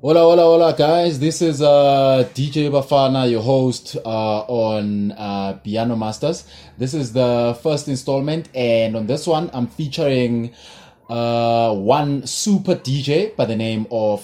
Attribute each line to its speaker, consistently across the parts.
Speaker 1: Hola, hola, hola, guys. This is uh, DJ Bafana, your host uh, on uh, Piano Masters. This is the first installment, and on this one, I'm featuring uh, one super DJ by the name of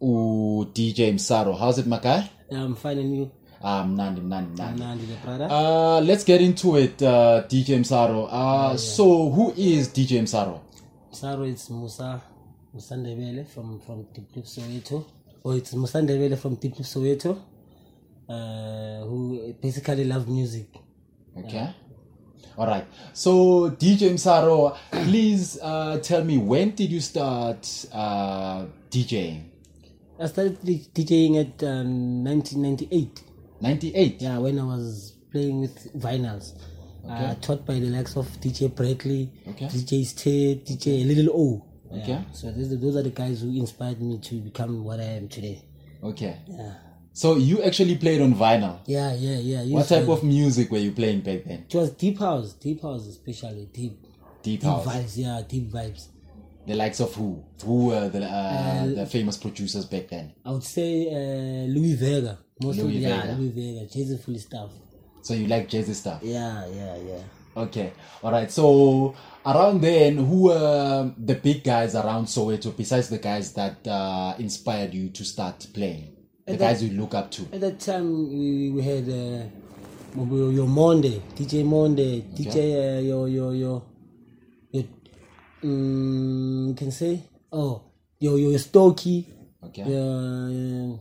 Speaker 1: uh, DJ Msaro. How's it, Makai?
Speaker 2: I'm finding you.
Speaker 1: Um, Nandi, Nandi, Nandi.
Speaker 2: Nandi the brother.
Speaker 1: Uh, let's get into it, uh, DJ Msaro. Uh, So, who is DJ Msaro?
Speaker 2: Saro it's Musa Musandebele from from Tiptip Soweto. Or it's Musandebele from Tiptip Soweto. Uh, who basically love music.
Speaker 1: Okay. All right. So DJ Msaro, please uh, tell me when did you start uh, DJing?
Speaker 2: I started d- DJing at um, 1998.
Speaker 1: 98.
Speaker 2: Yeah, when I was playing with vinyls. Uh, taught by the likes of DJ Bradley,
Speaker 1: Okay.
Speaker 2: DJ Stay, DJ Little O. Yeah,
Speaker 1: Okay.
Speaker 2: So these, are- those are the guys who inspired me to become what I am today.
Speaker 1: Okay.
Speaker 2: Yeah.
Speaker 1: So you actually played on vinyl.
Speaker 2: Yeah, yeah, yeah. you
Speaker 1: What type
Speaker 2: said-
Speaker 1: of music were you playing back then?
Speaker 2: It was deep house, deep house especially deep,
Speaker 1: Deep
Speaker 2: deep
Speaker 1: house.
Speaker 2: vibes. Yeah, deep vibes.
Speaker 1: The likes of who? Who were the, uh, the famous producers back then?
Speaker 2: I would say uh, Louis Vega, most
Speaker 1: Louis
Speaker 2: of yeah,
Speaker 1: Vega.
Speaker 2: Louis Vega, Jesus full stuff.
Speaker 1: So you like jazzy stuff.
Speaker 2: Yeah, yeah, yeah.
Speaker 1: Okay. All right. So around then, who were the big guys around Soweto besides the guys that uh, inspired you to start playing? The guys you look up to.
Speaker 2: At that time, we, we had uh, Mobo- your Monday, DJ Monday, DJ uh, your your your your um, you can say oh your your Stokey.
Speaker 1: Okay.
Speaker 2: Yeah, yeah.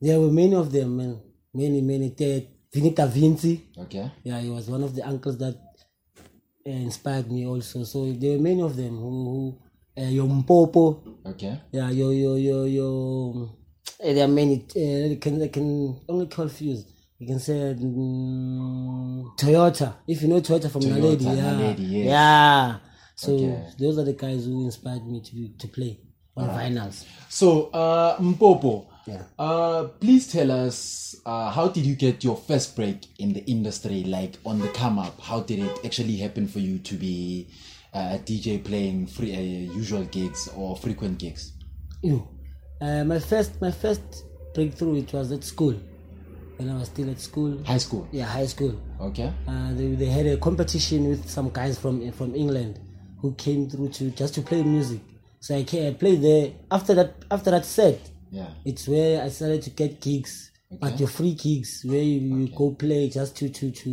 Speaker 2: There were many of them, man. Many, many. Ted, Vinita Vinci.
Speaker 1: Okay.
Speaker 2: yeah he was one of the uncles that uh, inspired me also so there were many of them who, who uh, your mpopo
Speaker 1: Okay.
Speaker 2: yeah your your your your eh, there are many uh, can I can only confuse you can say mm, toyota if you know toyota from
Speaker 1: Toyota,
Speaker 2: naledi yeah
Speaker 1: Naledi, yes.
Speaker 2: yeah so
Speaker 1: Okay.
Speaker 2: those are the guys who inspired me to to play on vinyls
Speaker 1: So uh, Mpopo,
Speaker 2: Yeah.
Speaker 1: uh, please tell us uh, how did you get your first break in the industry? Like on the come up, how did it actually happen for you to be uh, a DJ playing free, uh, usual gigs or frequent gigs?
Speaker 2: you uh, my first my first breakthrough it was at school when i was still at school
Speaker 1: High school.
Speaker 2: yeah high school
Speaker 1: Okay.
Speaker 2: uh, they, they had a competition with some guys from from England who came through to just to play music. So I came, I played there. After that, after that set,
Speaker 1: Yeah.
Speaker 2: it's where I started to get gigs, but your free gigs where you, you go play just to to to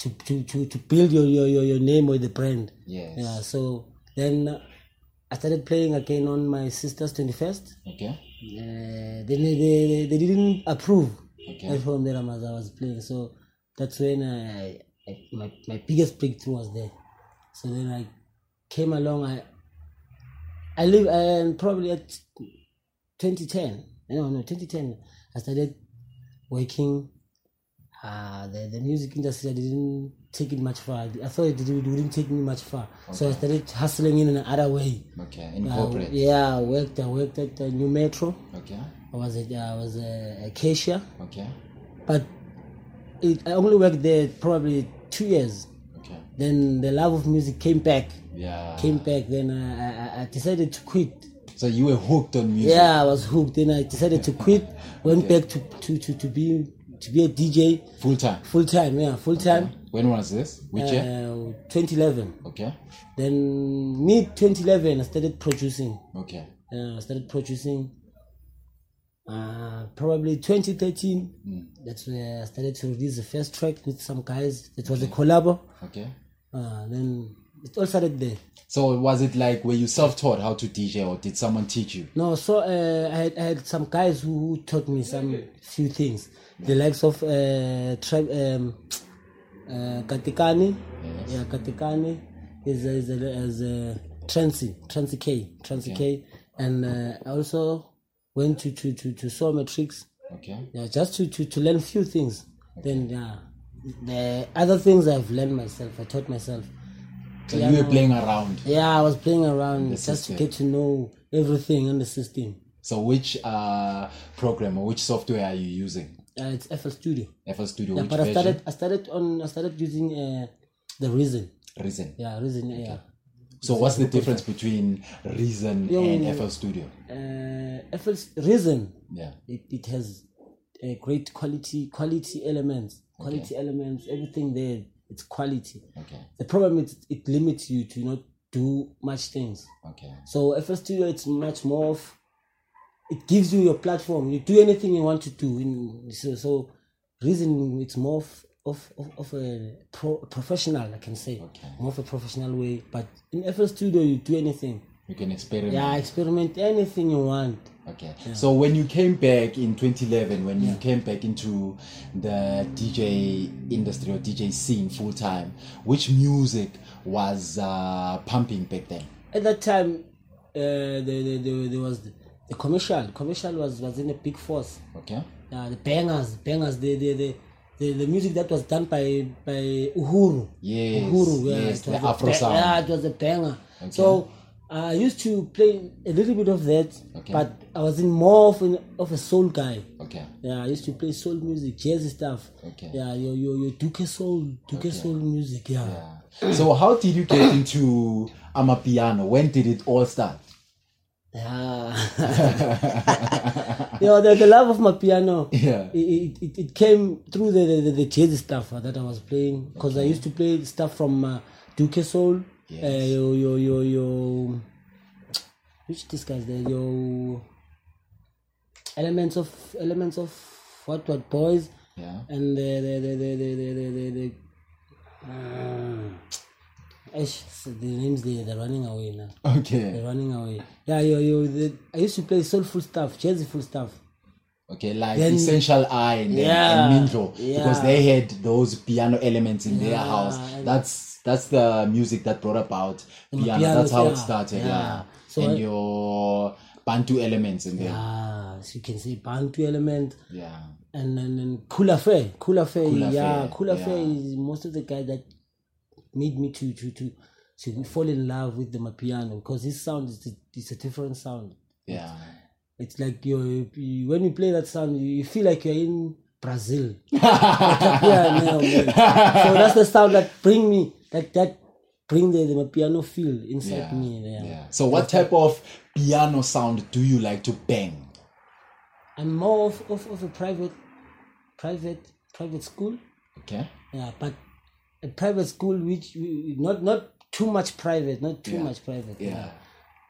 Speaker 2: to to, to, to build your, your your your name or the brand.
Speaker 1: Yes.
Speaker 2: Yeah. So then uh, I started playing again on my sister's twenty first.
Speaker 1: Okay.
Speaker 2: Uh, they, they, they, they didn't approve
Speaker 1: Okay.
Speaker 2: at home that I was, I was playing. So that's when I, I my, my biggest breakthrough was there. So then I came along. I I live and probably at 2010. No, no, 2010. I started working. Uh, the, the music industry I didn't take it much far. I thought it didn't, it wouldn't take me much far. So I started hustling in another way.
Speaker 1: Okay.
Speaker 2: Uh,
Speaker 1: Incorporate.
Speaker 2: yeah, I worked. I worked at the New Metro.
Speaker 1: Okay.
Speaker 2: I was a, I was uh, a, a cashier,
Speaker 1: Okay.
Speaker 2: but it, I only worked there probably two years.
Speaker 1: Okay.
Speaker 2: Then the love of music came back,
Speaker 1: Yeah.
Speaker 2: came back. Then I, I, I decided to quit.
Speaker 1: So you were hooked on music.
Speaker 2: Yeah, I was hooked. Then I decided to quit. Went back to, to, to, to be to be a DJ
Speaker 1: Full time.
Speaker 2: full time. Yeah, full time.
Speaker 1: When was this? Which year?
Speaker 2: Uh, 2011.
Speaker 1: Okay.
Speaker 2: Then mid 2011, I started producing.
Speaker 1: Okay.
Speaker 2: uh, I started producing uh, probably 2013. That's where I started to release the first track with some guys. It was a collab.
Speaker 1: Okay.
Speaker 2: Uh, then it all started there.
Speaker 1: So was it like were you self-taught how to DJ or did someone teach you?
Speaker 2: No, so uh, I, had, I had some guys who who taught me some few things. The likes of uh, Tra- um, uh, Katikani. Yeah, Katikani is a, is a, is a Transi, Transi K, Transi K. And uh, I also went to, to, to, to Soul Matrix.
Speaker 1: Okay.
Speaker 2: yeah, just to, to, to learn few things. Then yeah, the other things I've learned myself, I taught myself.
Speaker 1: So you were playing around.
Speaker 2: Yeah, I was playing around just
Speaker 1: system.
Speaker 2: to get to know everything in the system.
Speaker 1: So which uh program or which software are you using?
Speaker 2: Uh, it's FL Studio,
Speaker 1: FL Studio
Speaker 2: yeah,
Speaker 1: which
Speaker 2: but I
Speaker 1: version?
Speaker 2: started I started on I started using uh, the Reason.
Speaker 1: Reason.
Speaker 2: Yeah, Reason. Yeah,
Speaker 1: So what's the difference between Reason
Speaker 2: Yeah,
Speaker 1: and
Speaker 2: yeah, yeah.
Speaker 1: FL Studio?
Speaker 2: Uh, FL's reason
Speaker 1: Yeah.
Speaker 2: it, it has a great quality quality elements quality elements everything there it's quality
Speaker 1: Okay.
Speaker 2: the problem is it limits you to not do much things
Speaker 1: Okay.
Speaker 2: so FL Studio it's much more of it gives you your platform you do anything you want to do in so, so reason it's more of of, of, of a pro, professional I can say
Speaker 1: Okay.
Speaker 2: more of a professional way but in FL Studio you do anything
Speaker 1: You can experiment.
Speaker 2: yeah experiment anything you want
Speaker 1: Okay. So when you came back in 2011, when you came back into the DJ industry or DJ scene full time, which music was uh, pumping back then?
Speaker 2: at that time uh, there, there, there, there was the, the commercial commercial was was in a big force
Speaker 1: Okay.
Speaker 2: uh, the bangers bangers the the, the the the music that was done by by uhuru
Speaker 1: Yes,
Speaker 2: uhuru yeah,
Speaker 1: yes,
Speaker 2: it
Speaker 1: the
Speaker 2: was a
Speaker 1: Afro
Speaker 2: ba-
Speaker 1: sound.
Speaker 2: yeah it was a banger so i used to play a little bit of that
Speaker 1: Okay.
Speaker 2: but i was in more of, an, of a soul guy
Speaker 1: Okay.
Speaker 2: yeah, I used to play soul music, jazzy stuff.
Speaker 1: Okay.
Speaker 2: Yeah, your your your Duke soul, Duke soul music. Yeah.
Speaker 1: Yeah. So how did you get into Amapiano? When did it all start?
Speaker 2: Ah. you know, the, the love of my piano,
Speaker 1: Yeah.
Speaker 2: it, it, it came through the, the, the, the jazz stuff that I was playing because I used to play stuff from uh, Duke Soul, uh,
Speaker 1: Yes.
Speaker 2: your, your, your, your, which this guy's there, your elements of, elements of what, what boys,
Speaker 1: Yeah.
Speaker 2: and the, the, the, the, the, the, the, the, the um, Ish, the names they, they're running away now.
Speaker 1: Okay.
Speaker 2: They're running away. Yeah, yo, yo, the, I used to play soulful stuff, jazzful stuff.
Speaker 1: Okay, like
Speaker 2: Then-
Speaker 1: Essential Eye and, then-
Speaker 2: Yeah,
Speaker 1: and Mindro, because
Speaker 2: yeah.
Speaker 1: they had those piano elements in their house.
Speaker 2: and-
Speaker 1: That's that's the music that brought about piano. That's
Speaker 2: pianos,
Speaker 1: how it
Speaker 2: yeah,
Speaker 1: started. Yeah.
Speaker 2: yeah. So
Speaker 1: and
Speaker 2: I-
Speaker 1: your Bantu elements in there.
Speaker 2: Ah, so you can say Bantu element
Speaker 1: Yeah.
Speaker 2: and then and Cool Affair. Cool Affair,
Speaker 1: Cool
Speaker 2: yeah.
Speaker 1: Affair,
Speaker 2: Cool Affair
Speaker 1: yeah.
Speaker 2: is most of the guys that made me to to to to fall in love with the piano because his sound is a, it's a different sound.
Speaker 1: Yeah.
Speaker 2: It's like you, you when you play that sound, you, you feel like you're in Brazil. yeah, no, man. So that's the sound that bring me like that bring the, the piano feel inside
Speaker 1: Yeah.
Speaker 2: me. Yeah.
Speaker 1: yeah. So what type of piano sound do you like to bang?
Speaker 2: I'm more of, of, of a private private private school.
Speaker 1: Okay.
Speaker 2: Yeah, but a private school which we- not not too much private, not too
Speaker 1: Yeah.
Speaker 2: much private.
Speaker 1: Yeah.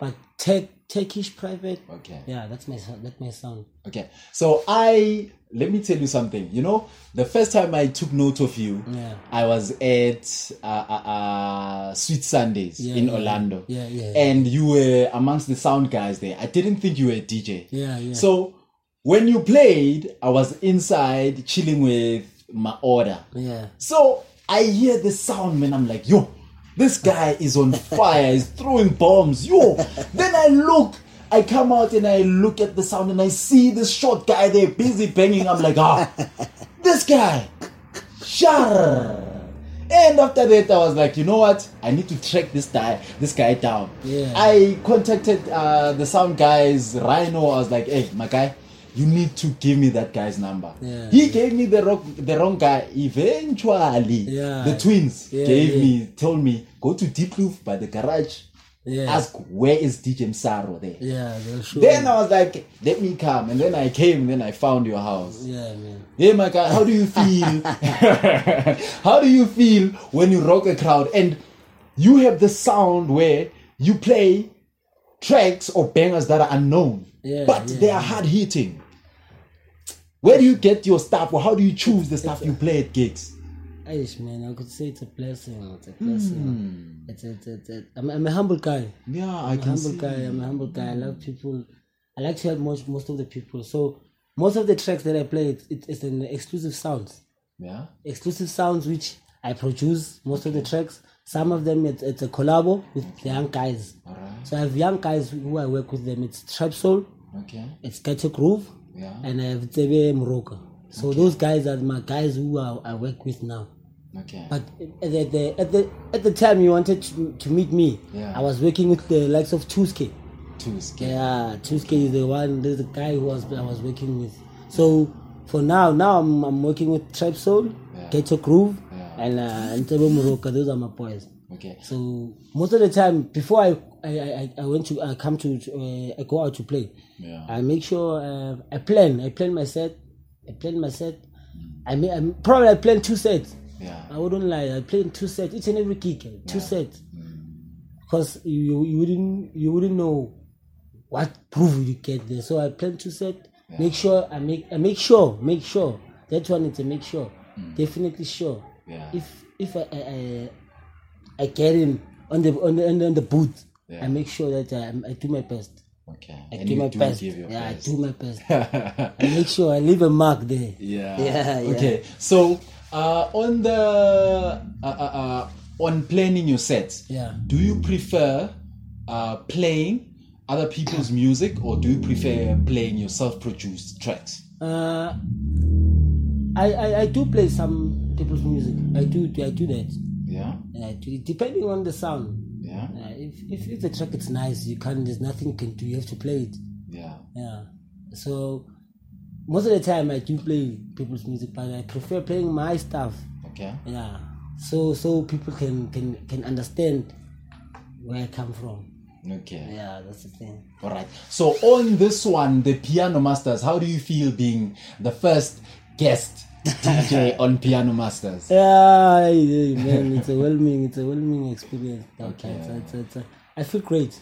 Speaker 2: But tech Turkish private.
Speaker 1: Okay.
Speaker 2: Yeah, that's my sound that's my sound.
Speaker 1: Okay. So I let me tell you something. You know, the first time I took note of you,
Speaker 2: Yeah.
Speaker 1: I was at uh, uh, uh, Sweet Sundays
Speaker 2: Yeah,
Speaker 1: in
Speaker 2: yeah.
Speaker 1: Orlando.
Speaker 2: Yeah, yeah.
Speaker 1: And you were amongst the sound guys there. I didn't think you were a DJ.
Speaker 2: Yeah, yeah.
Speaker 1: So when you played, I was inside chilling with my order.
Speaker 2: yeah.
Speaker 1: So I hear the sound, man. I'm like, yo, this guy is on fire. He's throwing bombs. Yo. then I look, I come out and I look at the sound and I see this short guy there busy banging. I'm like, ah, this guy. Shar. And after that, I was like, you know what? I need to track this guy, this guy down.
Speaker 2: Yeah.
Speaker 1: I contacted uh, the sound guys, Rhino. I was like, hey, my guy, you need to give me that guy's number.
Speaker 2: Yeah.
Speaker 1: He gave me the wrong, the wrong guy. Eventually,
Speaker 2: Yeah.
Speaker 1: the twins
Speaker 2: Yeah,
Speaker 1: gave
Speaker 2: yeah.
Speaker 1: me, told me, go to Deep Roof by the garage,
Speaker 2: Yeah.
Speaker 1: ask where is DJ Msaro there.
Speaker 2: yeah, they'll show
Speaker 1: Then
Speaker 2: you.
Speaker 1: I was like, let me come. And then I came, and then I found your house.
Speaker 2: Yeah, man.
Speaker 1: Hey, my guy, how do you feel? how do you feel when you rock a crowd and you have the sound where you play tracks or bangers that are unknown,
Speaker 2: Yeah,
Speaker 1: but
Speaker 2: yeah,
Speaker 1: they are hard hitting? Where do you get your stuff, or how do you choose the stuff you play at gigs?
Speaker 2: Aish, man, I could say it's a blessing. It's a
Speaker 1: Hmm.
Speaker 2: blessing. It's, it's, it's, it's, I'm, I'm a humble guy.
Speaker 1: Yeah, I
Speaker 2: I'm
Speaker 1: can
Speaker 2: a humble
Speaker 1: see.
Speaker 2: guy. I'm a humble guy. I love people. I like to help most most of the people. So most of the tracks that I play, it, it, it's an exclusive sounds.
Speaker 1: Yeah,
Speaker 2: Exclusive sounds which I produce most of the tracks. Some of them it's, it's a collabo with the young guys.
Speaker 1: all right,
Speaker 2: So I have young guys who I work with them. It's Trap Soul,
Speaker 1: okay,
Speaker 2: it's Ghetto Groove,
Speaker 1: yeah,
Speaker 2: and I have Tsebe Moroka. So those guys are my guys who I, I work with now.
Speaker 1: okay,
Speaker 2: But at the, the, at the at the time you wanted to, to meet me,
Speaker 1: Yeah.
Speaker 2: I was working with the likes of Tuske.
Speaker 1: too scared.
Speaker 2: Yeah, Tuske is the one, this is the guy who was I was working with. So for now, now I'm, I'm working with Tribe Soul,
Speaker 1: Yeah.
Speaker 2: Ghetto Groove,
Speaker 1: Yeah.
Speaker 2: and uh, Ntebo Moroka. Those are my boys.
Speaker 1: Okay.
Speaker 2: So most of the time, before I I, I, I went to I come to uh, I go out to play,
Speaker 1: Yeah.
Speaker 2: I make sure uh, I plan. I plan my set. I plan my set. I may I probably I plan two sets.
Speaker 1: Yeah.
Speaker 2: I wouldn't lie. I played two sets, each and every kick, eh, two sets,
Speaker 1: Mm.
Speaker 2: because you you wouldn't you wouldn't know what proof you get there. So I played two sets. Make sure I make I make sure make sure that one is a make sure, definitely sure.
Speaker 1: Mm. Yeah.
Speaker 2: If if I, I I I get him on the on the on the, on the boot,
Speaker 1: Yeah.
Speaker 2: I make sure that I, I do my best.
Speaker 1: Okay.
Speaker 2: I
Speaker 1: and
Speaker 2: do
Speaker 1: you
Speaker 2: my
Speaker 1: do
Speaker 2: best.
Speaker 1: give your
Speaker 2: yeah,
Speaker 1: best.
Speaker 2: I do my best. I make sure I leave a mark there.
Speaker 1: Yeah.
Speaker 2: Yeah, yeah.
Speaker 1: Okay. So uh, on the uh, uh, uh, on planning your sets,
Speaker 2: Yeah.
Speaker 1: do you prefer uh, playing other people's music or do you prefer playing your self-produced tracks?
Speaker 2: Uh, I, I I do play some people's music. I do I do that.
Speaker 1: Yeah.
Speaker 2: I do, depending on the sound.
Speaker 1: Yeah.
Speaker 2: Uh, if, if if the track is nice, you can't. There's nothing you can do. You have to play it.
Speaker 1: Yeah.
Speaker 2: Yeah. So most of the time I do play people's music, but I prefer playing my stuff.
Speaker 1: Okay.
Speaker 2: Yeah. So so people can can can understand where I come from.
Speaker 1: Okay.
Speaker 2: Yeah, that's the thing.
Speaker 1: All right. So on this one, the Piano Masters, how do you feel being the first guest DJ on Piano Masters?
Speaker 2: Yeah, yeah, man, it's a whelming, it's a whelming experience. Okay, it's, it's, it's a, I feel great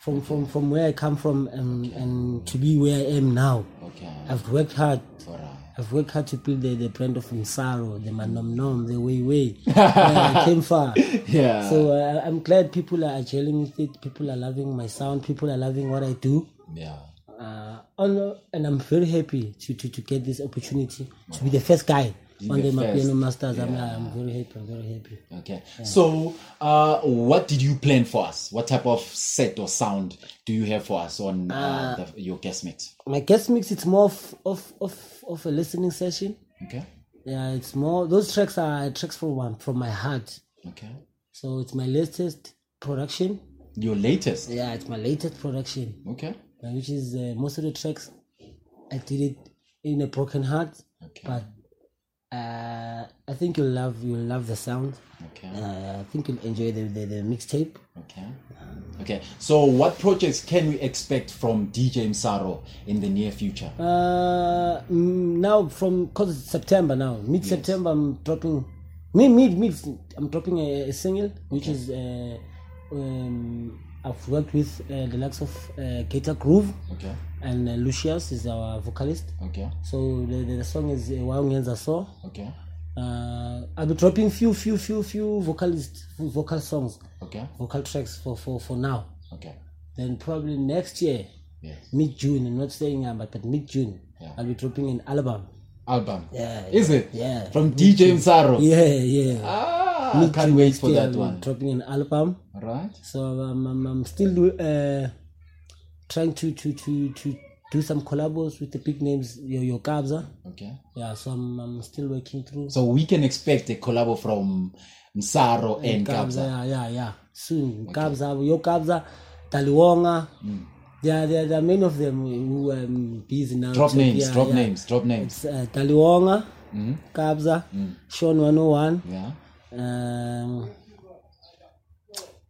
Speaker 2: from from from where I come from and and to be where I am now.
Speaker 1: Okay.
Speaker 2: I've worked hard.
Speaker 1: All right.
Speaker 2: I've worked hard to build the, the brand of Msaro, the Manom Nom, the Way Way. Yeah, I came far.
Speaker 1: Yeah.
Speaker 2: So uh, I'm glad people are gelling with it. People are loving my sound. People are loving what I do.
Speaker 1: yeah.
Speaker 2: Uh, on, and I'm very happy to, to, to get this opportunity to be the first guy on
Speaker 1: the
Speaker 2: the, Mapiano
Speaker 1: first.
Speaker 2: Masters. I'm, I'm very happy. I'm very happy.
Speaker 1: Okay. So, uh, what did you plan for us? What type of set or sound do you have for us on uh, the, your guest mix?
Speaker 2: My guest mix it's more of of, of, of a listening session.
Speaker 1: Okay.
Speaker 2: Yeah, it's more. Those tracks are tracks from one from my heart.
Speaker 1: Okay.
Speaker 2: So it's my latest production.
Speaker 1: Your latest.
Speaker 2: Yeah, it's my latest production,
Speaker 1: Okay.
Speaker 2: uh, which is uh, most of the tracks I did it in a broken heart,
Speaker 1: Okay.
Speaker 2: but uh, I think you'll love you'll love the sound.
Speaker 1: Okay.
Speaker 2: Uh, I think you'll enjoy the, the, the mixtape.
Speaker 1: Okay. Okay. So, what projects can we expect from DJ Msaro in the near future?
Speaker 2: Uh, mm, now from cause it's September now, mid September I'm dropping, mid mid mid I'm dropping a, a single which is uh, um, I've worked with uh, the likes of uh, Gator Groove
Speaker 1: Okay.
Speaker 2: and uh, Lucius is our vocalist.
Speaker 1: Okay.
Speaker 2: So the, the, the song is uh, Waungenza So.
Speaker 1: Okay.
Speaker 2: Uh, I'll be dropping few few few few vocalist vocal songs,
Speaker 1: Okay.
Speaker 2: vocal tracks for for for now.
Speaker 1: Okay.
Speaker 2: Then probably next year,
Speaker 1: Yes.
Speaker 2: mid June. I'm not saying I'm but mid June,
Speaker 1: Yeah.
Speaker 2: I'll be dropping an album.
Speaker 1: Album.
Speaker 2: Yeah,
Speaker 1: Is it?
Speaker 2: yeah.
Speaker 1: From DJ Msaro.
Speaker 2: Yeah, yeah.
Speaker 1: Ah, I can't wait for
Speaker 2: Still,
Speaker 1: that
Speaker 2: I'm
Speaker 1: one.
Speaker 2: Dropping an album,
Speaker 1: All right.
Speaker 2: so I'm, I'm, I'm still uh, trying to, to to to do some collabs with the big names, your your Kabza.
Speaker 1: Okay.
Speaker 2: Yeah, so I'm, I'm still working through.
Speaker 1: So we can expect a collab from Msaro and Kabza.
Speaker 2: Yeah, yeah, yeah. Soon, Kabza, your Kabza, Taliwonga.
Speaker 1: Mm.
Speaker 2: There, there, there are many of them who are um, busy now.
Speaker 1: Drop
Speaker 2: So,
Speaker 1: names,
Speaker 2: yeah,
Speaker 1: drop
Speaker 2: yeah.
Speaker 1: names, Mm. drop names.
Speaker 2: It's, uh, Taliwonga, Kabza, Sean 101.
Speaker 1: Yeah.
Speaker 2: um,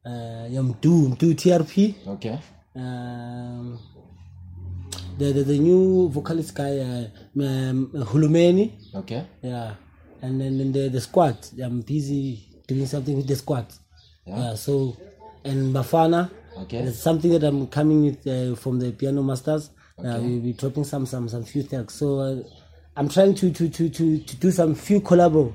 Speaker 2: uh, yeah, Mdu, Mdu TRP.
Speaker 1: Okay.
Speaker 2: Um, the, the, the new vocalist guy, uh, um, Hulumeni.
Speaker 1: Okay.
Speaker 2: Yeah. And then then the, the squad, I'm busy doing something with the squad.
Speaker 1: Yeah.
Speaker 2: Yeah. so, and Bafana.
Speaker 1: Okay.
Speaker 2: There's something that I'm coming with uh, from the Piano Masters. Uh, we'll be dropping some some some few tracks. So uh, I'm trying to to to to, to do some few collabo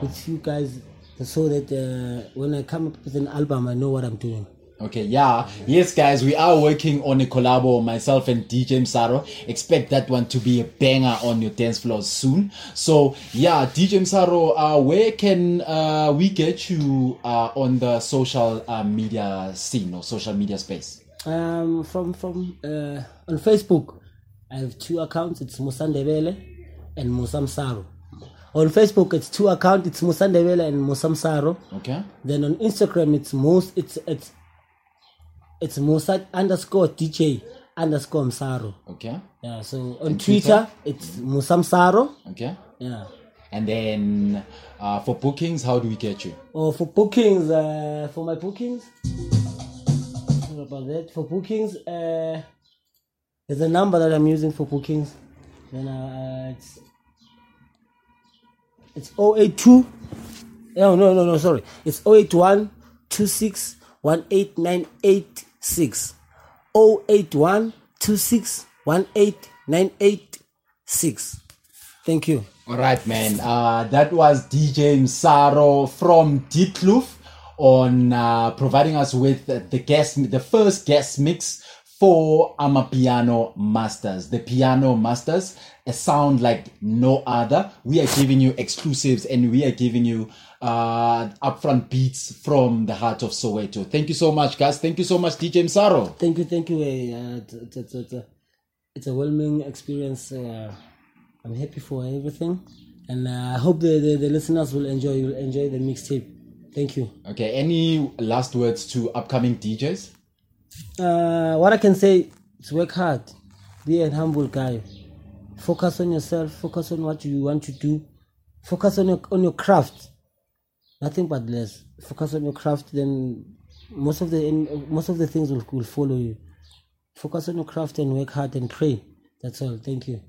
Speaker 2: with few guys, so that uh, when I come up with an album, I know what I'm doing.
Speaker 1: Okay, yeah. Yes, guys, we are working on a collabo, myself and DJ Msaro. Expect that one to be a banger on your dance floors soon. So, yeah, DJ Msaro, uh, where can uh, we get you uh, on the social uh, media scene or social media space?
Speaker 2: Um, from from uh, on Facebook, I have two accounts. It's Musandebele and Musamsaro. On Facebook, it's two accounts. It's Musandebele and Musamsaro.
Speaker 1: Okay?
Speaker 2: Then on Instagram, it's most it's it's it's Mossad underscore DJ underscore Msaro.
Speaker 1: Okay?
Speaker 2: Yeah. So on Twitter, it's Musamsaro.
Speaker 1: Okay?
Speaker 2: Yeah.
Speaker 1: And then uh, for bookings, how do we get you?
Speaker 2: Or Oh, for bookings, uh, for my bookings, sorry about that. For bookings, uh, there's a number that I'm using for bookings. Then uh, it's it's 082. No, oh, no, no, no. Sorry, it's 081 26 18986. 081 26 18986. Thank you.
Speaker 1: All right, man. Uh, that was DJ Msaro from Dietloof on uh, providing us with the guest, the first guest mix for Amapiano Masters, the Piano Masters, a sound like no other. We are giving you exclusives and we are giving you uh, upfront beats from the heart of Soweto. Thank you so much, guys. Thank you so much, DJ Msaro.
Speaker 2: Thank you. Thank you. eh, Uh, it's, it's, it's, it's, a, it's a welcoming experience. Uh, I'm happy for everything. And uh, I hope the, the, the listeners will enjoy will enjoy the mixtape. Thank you.
Speaker 1: Okay, any last words to upcoming DJs?
Speaker 2: uh, what I can say is work hard, be a humble guy, focus on yourself, focus on what you want to do, focus on your on your craft, nothing but less. Focus on your craft, then most of the in, most of the things will, will follow you. Focus on your craft and work hard and pray. That's all. Thank you.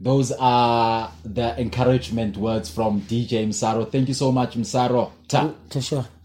Speaker 1: Those are the encouragement words from DJ Msaro. Thank you so much, Msaro. Ta.
Speaker 2: Tasha.